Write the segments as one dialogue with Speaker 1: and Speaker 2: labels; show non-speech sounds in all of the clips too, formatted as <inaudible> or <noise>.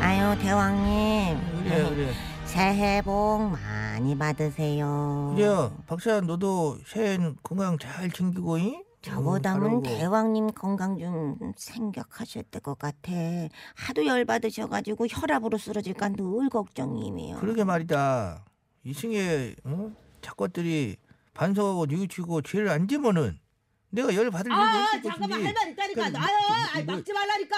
Speaker 1: 아유 대왕님
Speaker 2: 그래
Speaker 1: 네.
Speaker 2: 그래
Speaker 1: 새해 복 많이 받으세요.
Speaker 2: 그래요 박사 너도 새해는 건강 잘 챙기고 잉?
Speaker 1: 저보다는
Speaker 2: 음, 바라고.
Speaker 1: 대왕님 건강 좀 생각하실 때것 같아. 하도 열 받으셔가지고 혈압으로 쓰러질까 늘 걱정이에요.
Speaker 2: 그러게 말이다 이승에 어? 작것들이 반성하고 뉘우치고 죄를 안 지면은 내가 열 받을 일이
Speaker 3: 아,
Speaker 2: 없을 것인데
Speaker 3: 잠깐만 할 말 있다니까.
Speaker 2: 그러니까
Speaker 3: 아유, 아이,
Speaker 2: 뭐-
Speaker 3: 막지 말라니까.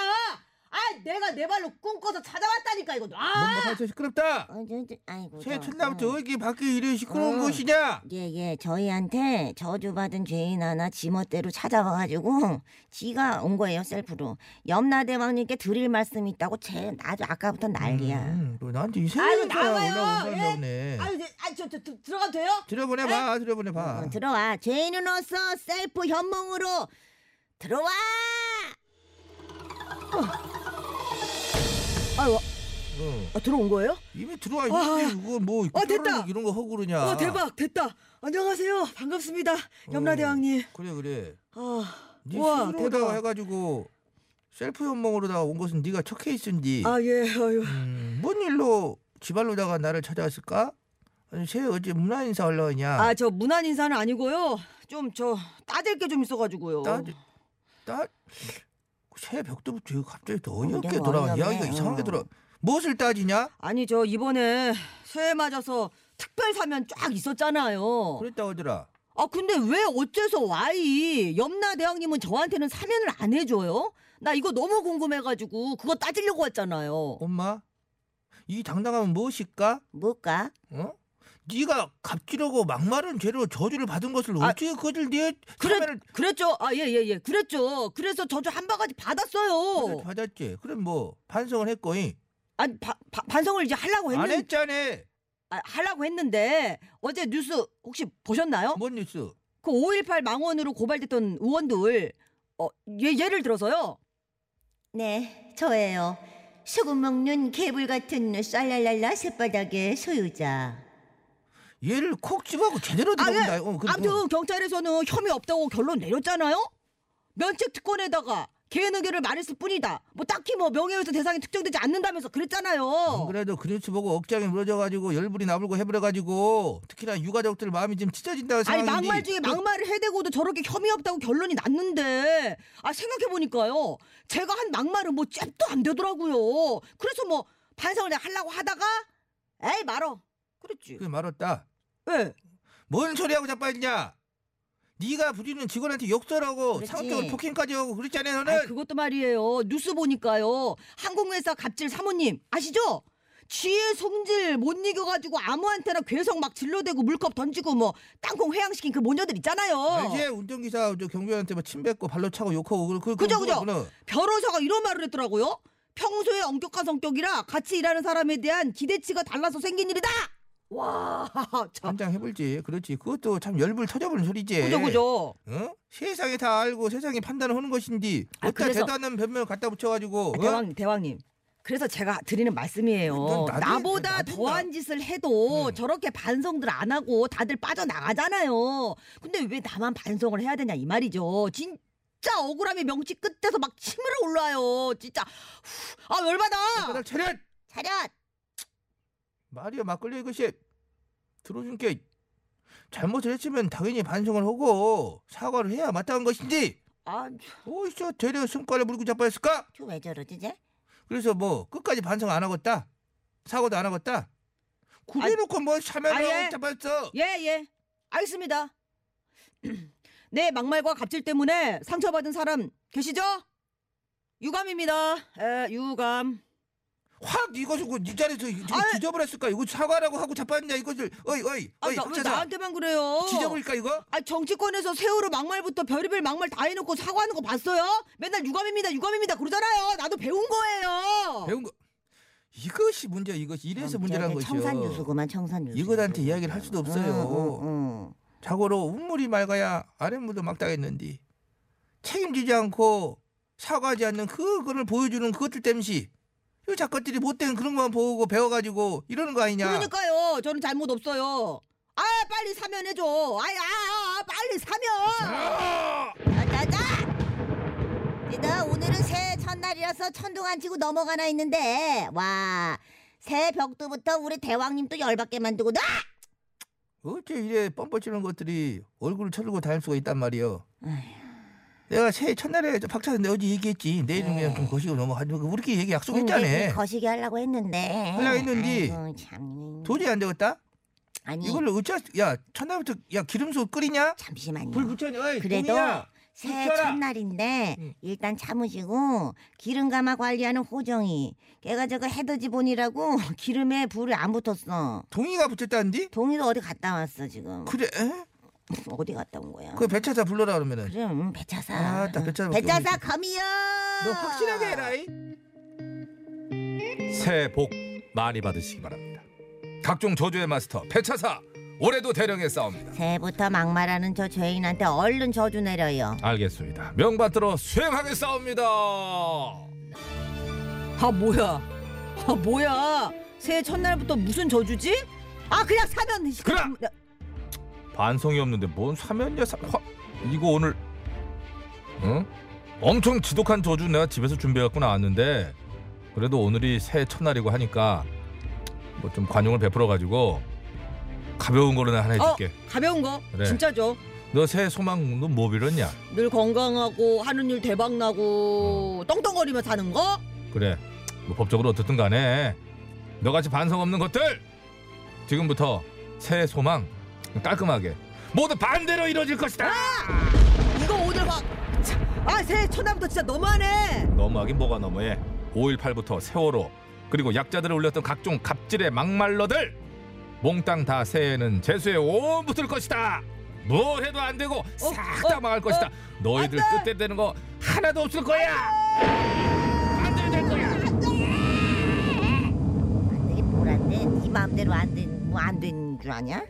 Speaker 3: 아, 내가 내 발로 꿈꿔서 찾아왔다니까 이거. 아,
Speaker 2: 뭔가 가서 시끄럽다
Speaker 1: 어, 저, 저, 아이고.
Speaker 2: 새해
Speaker 1: 저,
Speaker 2: 첫날부터
Speaker 1: 어.
Speaker 2: 왜 이렇게 밖에 이래 시끄러운
Speaker 1: 어.
Speaker 2: 것이냐
Speaker 1: 예, 예. 저희한테 저주받은 죄인 하나 지멋대로 찾아와가지고 지가 온 거예요, 셀프로. 염라대왕님께 드릴 말씀이 있다고 쟤 아주 아까부터 난리야.
Speaker 2: 음, 너 나한테
Speaker 3: 아유,
Speaker 2: 이상한 사람
Speaker 3: 나와요.
Speaker 2: 올라오는
Speaker 3: 예.
Speaker 2: 사람 나오네
Speaker 3: 아유, 예? 이제 아, 저, 저, 저 들어가도 돼요?
Speaker 2: 들여보내봐 들여보내봐
Speaker 1: 어, 들어와. 죄인은 어서 셀프 현몽으로 들어와.
Speaker 3: 아유,
Speaker 2: 어.
Speaker 3: 아, 들어온 거예요?
Speaker 2: 이미 들어와 있는데 그거 뭐
Speaker 3: 아,
Speaker 2: 결혼
Speaker 3: 됐다.
Speaker 2: 이런 거 하고 그러냐
Speaker 3: 어, 대박, 됐다. 안녕하세요. 반갑습니다.
Speaker 2: 어.
Speaker 3: 염라대왕님.
Speaker 2: 그래 그래
Speaker 3: 아,
Speaker 2: 네
Speaker 3: 우와,
Speaker 2: 스스로다가
Speaker 3: 대박.
Speaker 2: 해가지고 셀프 연봉으로다가 온 것은 네가 첫 케이스인지
Speaker 3: 아, 예, 아유.
Speaker 2: 음, 뭔 일로 지발로다가 나를 찾아왔을까? 아니 쟤 어제 문화 인사 하려고 하냐?
Speaker 3: 아, 저 무난 인사는 아니고요. 좀 저 따질 게 좀 있어가지고요.
Speaker 2: 따지- 따... 새 벽돌부터 이거 갑자기 더 어이없게
Speaker 1: 어이없네,
Speaker 2: 돌아와
Speaker 1: 어이없네.
Speaker 2: 이야기가 이상하게
Speaker 1: 어.
Speaker 2: 돌아 무엇을 따지냐?
Speaker 3: 아니, 저 이번에 새해 맞아서 특별 사면 쫙 있었잖아요.
Speaker 2: 그랬다 하더라
Speaker 3: 아 근데 왜 어째서 와이 염라 대왕님은 저한테는 사면을 안 해줘요? 나 이거 너무 궁금해가지고 그거 따지려고 왔잖아요.
Speaker 2: 엄마 이 당당함은 무엇일까?
Speaker 1: 뭘까?
Speaker 2: 어? 네가 갑질하고 막말은 죄로 저주를 받은 것을
Speaker 3: 아,
Speaker 2: 어떻게 그들 네
Speaker 3: 그래
Speaker 2: 참여를
Speaker 3: 그랬죠. 아 예 예 예, 그랬죠. 그래서 저주 한 바가지 받았어요.
Speaker 2: 받았지? 그럼 뭐 반성을 했고잉
Speaker 3: 아니 바- 바- 반성을 이제 하려고
Speaker 2: 안
Speaker 3: 했는
Speaker 2: 했잖아.
Speaker 3: 아, 하려고 했는데 어제 뉴스 혹시 보셨나요?
Speaker 2: 뭔 뉴스?
Speaker 3: 그 5.18 망원으로 고발됐던 의원들 어, 예, 예를 들어서요.
Speaker 1: 네, 저예요. 수금 먹는 개불 같은 쌀랄랄라 새바닥의 소유자.
Speaker 2: 얘를 콕 집어고 제대로
Speaker 3: 아,
Speaker 2: 들어본다. 어, 그,
Speaker 3: 아무튼 경찰에서는 혐의 없다고 결론 내렸잖아요. 면책 특권에다가 개인 의견을 말했을 뿐이다. 뭐 딱히 뭐 명예훼손 대상이 특정되지 않는다면서
Speaker 2: 안
Speaker 3: 그랬잖아요.
Speaker 2: 그래도 그 뉴스 보고 억장이 무너져가지고 열불이 나불고 해버려가지고 특히나 유가족들 마음이 지금 찢어진다는
Speaker 3: 아니
Speaker 2: 상황인데 그
Speaker 3: 막말 중에 막말을 해대고도 저렇게 혐의 없다고 결론이 났는데 아 생각해 보니까요 제가 한 막말은 뭐 잽도 안 되더라고요. 그래서 뭐 반성을 내가 하려고 하다가 에이 말어 그랬지.
Speaker 2: 그 말었다.
Speaker 3: 예.
Speaker 2: 뭔 소리하고 자빠지냐? 네가 부리는 직원한테 욕설하고
Speaker 1: 그렇지.
Speaker 2: 상업적으로 폭행까지 하고 그랬잖아
Speaker 3: 아,
Speaker 2: 너는.
Speaker 3: 그것도 말이에요. 뉴스 보니까요. 항공회사 갑질 사모님 아시죠? 쥐의 성질 못 이겨가지고 아무한테나 괴성 막 질러대고 물컵 던지고 뭐 땅콩 회양시킨 그 모녀들 있잖아요.
Speaker 2: 이제 운전기사 저 경비원한테 뭐침 뱉고 발로 차고 욕하고 그, 그,
Speaker 3: 그죠,
Speaker 2: 그,
Speaker 3: 그죠.
Speaker 2: 그거는
Speaker 3: 변호사가 이런 말을 했더라고요. 평소에 엄격한 성격이라 같이 일하는 사람에 대한 기대치가 달라서 생긴 일이다. 와, <laughs> 참.
Speaker 2: 한장 해볼지. 그렇지. 그것도 참 열불 터져버린 소리지.
Speaker 3: 어. 그죠, 그죠.
Speaker 2: 어? 세상에 다 알고 세상에 판단을 하는 것인지
Speaker 3: 아,
Speaker 2: 어디다
Speaker 3: 그래서-
Speaker 2: 대단한 변명을 갖다 붙여가지고
Speaker 3: 아,
Speaker 2: 어?
Speaker 3: 대왕님, 대왕님. 그래서 제가 드리는
Speaker 2: 넌
Speaker 3: 말씀이에요.
Speaker 2: 나대-
Speaker 3: 나보다
Speaker 2: 나댄다.
Speaker 3: 더한 짓을 해도
Speaker 2: 음.
Speaker 3: 저렇게 반성들 안 하고 다들 빠져나가잖아요. 근데 왜 나만 반성을 해야 되냐 이 말이죠. 진짜 억울함이 명치 끝에서 막 침을 올라요. 진짜 후, 아 열받아.
Speaker 2: 바닥 차렷
Speaker 1: 차렷!
Speaker 2: 말이야 막걸리 이것이 들어준 게 잘못을 했으면 당연히 반성을 하고 사과를 해야 마땅한 것인지 뭐
Speaker 3: 아,
Speaker 2: 어이저 되려 승과를 부리고 자빠졌을까
Speaker 1: 저 왜 저러지, 쟤?
Speaker 2: 그래서 뭐 끝까지 반성 안 하겠다 사과도 안 하겠다 그래놓고 뭐 사면을
Speaker 3: 아예?
Speaker 2: 하고 자빠졌어
Speaker 3: 예, 예. 알겠습니다. <clears throat> 내 막말과 갑질 때문에 상처받은 사람 계시죠? 유감입니다. 예, 유감.
Speaker 2: 확 이것을 그이 자리에서 이-
Speaker 3: 아이.
Speaker 2: 지저분했을까 이거 사과라고 하고 자빠냐 이것을 어이 어이
Speaker 3: 아,
Speaker 2: 어이
Speaker 3: 나, 왜
Speaker 2: 찾아.
Speaker 3: 나한테만 그래요?
Speaker 2: 지저분일까 이거?
Speaker 3: 아, 정치권에서 세월호 막말부터 별의별 막말 다 해놓고 사과하는 거 봤어요? 맨날 유감입니다, 유감입니다 그러잖아요. 나도 배운 거예요.
Speaker 2: 배운 거 이것이 문제야 이것이 이래서 문제라는 거죠.
Speaker 1: 어, 청산 유수구만 청산 유수.
Speaker 2: 이것한테 이야기를 할 수도 없어요.
Speaker 1: 응, 응, 응.
Speaker 2: 자고로 운물이 맑아야 아랫물도 막다했는디 책임지지 않고 사과하지 않는 그거를 보여주는 그것들 땜시 이 작가들이 못된 그런 것만 보고 배워가지고 이러는 거 아니냐?
Speaker 3: 그러니까요. 저는 잘못 없어요. 아, 빨리 사면해줘. 아, 아, 아, 빨리 사면.
Speaker 2: 아!
Speaker 1: 나나 나 오늘은 새해 첫날이라서 천둥 안 치고 넘어가나 했는데 와 새해 벽두부터 우리 대왕님도 열받게 만들고 나.
Speaker 2: 어째 이래 뻔뻔치는 것들이 얼굴을 쳐들고 다닐 수가 있단 말이요. 내가 새해 첫날에 저 박차는데 어제 얘기했지. 내일은 그냥 좀 거시고 넘어가지고 우리끼리
Speaker 1: 근데
Speaker 2: 얘기
Speaker 1: 그
Speaker 2: 약속했잖아.
Speaker 1: 거시기 하려고 했는데.
Speaker 2: 하려고 했는데
Speaker 1: 아이고, 참.
Speaker 2: 도저히 안 되겠다.
Speaker 1: 아니
Speaker 2: 이걸로 어째 야 첫날부터 야 기름소 끓이냐?
Speaker 1: 잠시만요.
Speaker 2: 불 붙여냐? 어이,
Speaker 1: 그래도
Speaker 2: 동이야.
Speaker 1: 새해
Speaker 2: 웃겨라.
Speaker 1: 첫날인데
Speaker 2: 응.
Speaker 1: 일단 참으시고 기름감아 관리하는 호정이 걔가 저거 헤더지본이라고 <laughs> 기름에 불이 안 붙었어.
Speaker 2: 동이가 붙였다는디?
Speaker 1: 동이도 어디 갔다 왔어 지금.
Speaker 2: 그래?
Speaker 1: 어디 갔다 온 거야?
Speaker 2: 그 배차사 불러라 그러면은.
Speaker 1: 그래, 음, 배차사.
Speaker 2: 아, 딱 배차사.
Speaker 1: 배차사 거미요.
Speaker 2: 너 확실하게 해라이.
Speaker 4: 새해 복 많이 받으시기 바랍니다. 각종 저주의 마스터 배차사 올해도 대령에 싸웁니다.
Speaker 1: 새해부터 막말하는 저 죄인한테 얼른 저주 내려요.
Speaker 4: 알겠습니다. 명받들어 수행하게 싸웁니다.
Speaker 3: 아, 뭐야. 아, 뭐야. 새해 첫날부터 무슨 저주지? 아, 그냥 사면.
Speaker 4: 그래. 반성이 없는데 뭔 사면이야? 사... 화... 이거 오늘 응? 엄청 지독한 저주 내가 집에서 준비해갖고 나왔는데 그래도 오늘이 새해 첫날이고 하니까 뭐 좀 관용을 베풀어가지고 가벼운 거로 나 하나
Speaker 3: 어,
Speaker 4: 해줄게.
Speaker 3: 가벼운 거.
Speaker 4: 그래.
Speaker 3: 진짜죠.
Speaker 4: 너 새해 소망 너뭐 빌었냐?
Speaker 3: 늘 건강하고 하는 일 대박 나고
Speaker 4: 어.
Speaker 3: 떵떵거리며 사는 거?
Speaker 4: 그래 뭐 법적으로 어떻든 간에 너같이 반성 없는 것들 지금부터 새해 소망 깔끔하게 모두 반대로 이루어질 것이다
Speaker 3: 이거 오늘 확. 차, 아 새해 첫날부터 진짜 너무하네.
Speaker 4: 너무하긴 뭐가 너무해 5.18부터 세월호 그리고 약자들을 올렸던 각종 갑질의 막말러들 몽땅 다 새해에는 재수에 온 붙을 것이다 뭘 해도 안 되고 싹 다
Speaker 3: 어,
Speaker 4: 망할 것이다
Speaker 3: 어,
Speaker 4: 너희들
Speaker 3: 안 돼!
Speaker 4: 뜻대로 되는 거 하나도 없을 거야 반대로 될 거야
Speaker 1: 안 되게 뭐란데? 네 마음대로 안된뭐안된줄 아냐?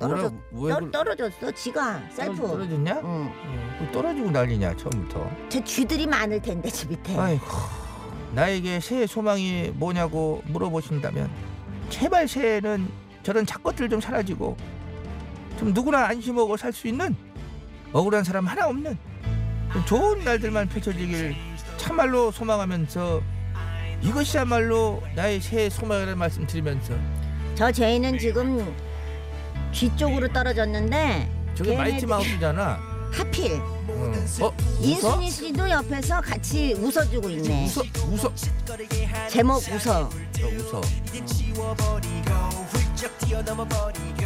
Speaker 1: 떨어졌
Speaker 2: 뭐라- 왜
Speaker 1: 떨-
Speaker 2: 그러-
Speaker 1: 떨어졌어 지가 셀프.
Speaker 2: 떨어졌냐?
Speaker 1: 응.
Speaker 2: 뭐 떨어지고 난리냐 처음부터.
Speaker 1: 저 쥐들이 많을 텐데 저 밑에.
Speaker 2: 아이고 나에게 새해 소망이 뭐냐고 물어보신다면 제발 새해는 저런 작것들 좀 사라지고 좀 누구나 안심하고 살 수 있는 억울한 사람 하나 없는 좀 좋은 날들만 펼쳐지길 참말로 소망하면서 이것이야말로 나의 새해 소망이라는 말씀 드리면서
Speaker 1: 저 죄인은 지금 귀 쪽으로 떨어졌는데
Speaker 2: 저게 마이티
Speaker 1: 걔네들-
Speaker 2: 마우스잖아.
Speaker 1: 하필
Speaker 2: 응. 어 웃어?
Speaker 1: 인순이 씨도 옆에서 같이 웃어주고 있네.
Speaker 2: 웃어 웃어
Speaker 1: 제목 웃어.
Speaker 2: 어, 웃어.
Speaker 5: 어. 훌쩍 뛰어넘어 버리고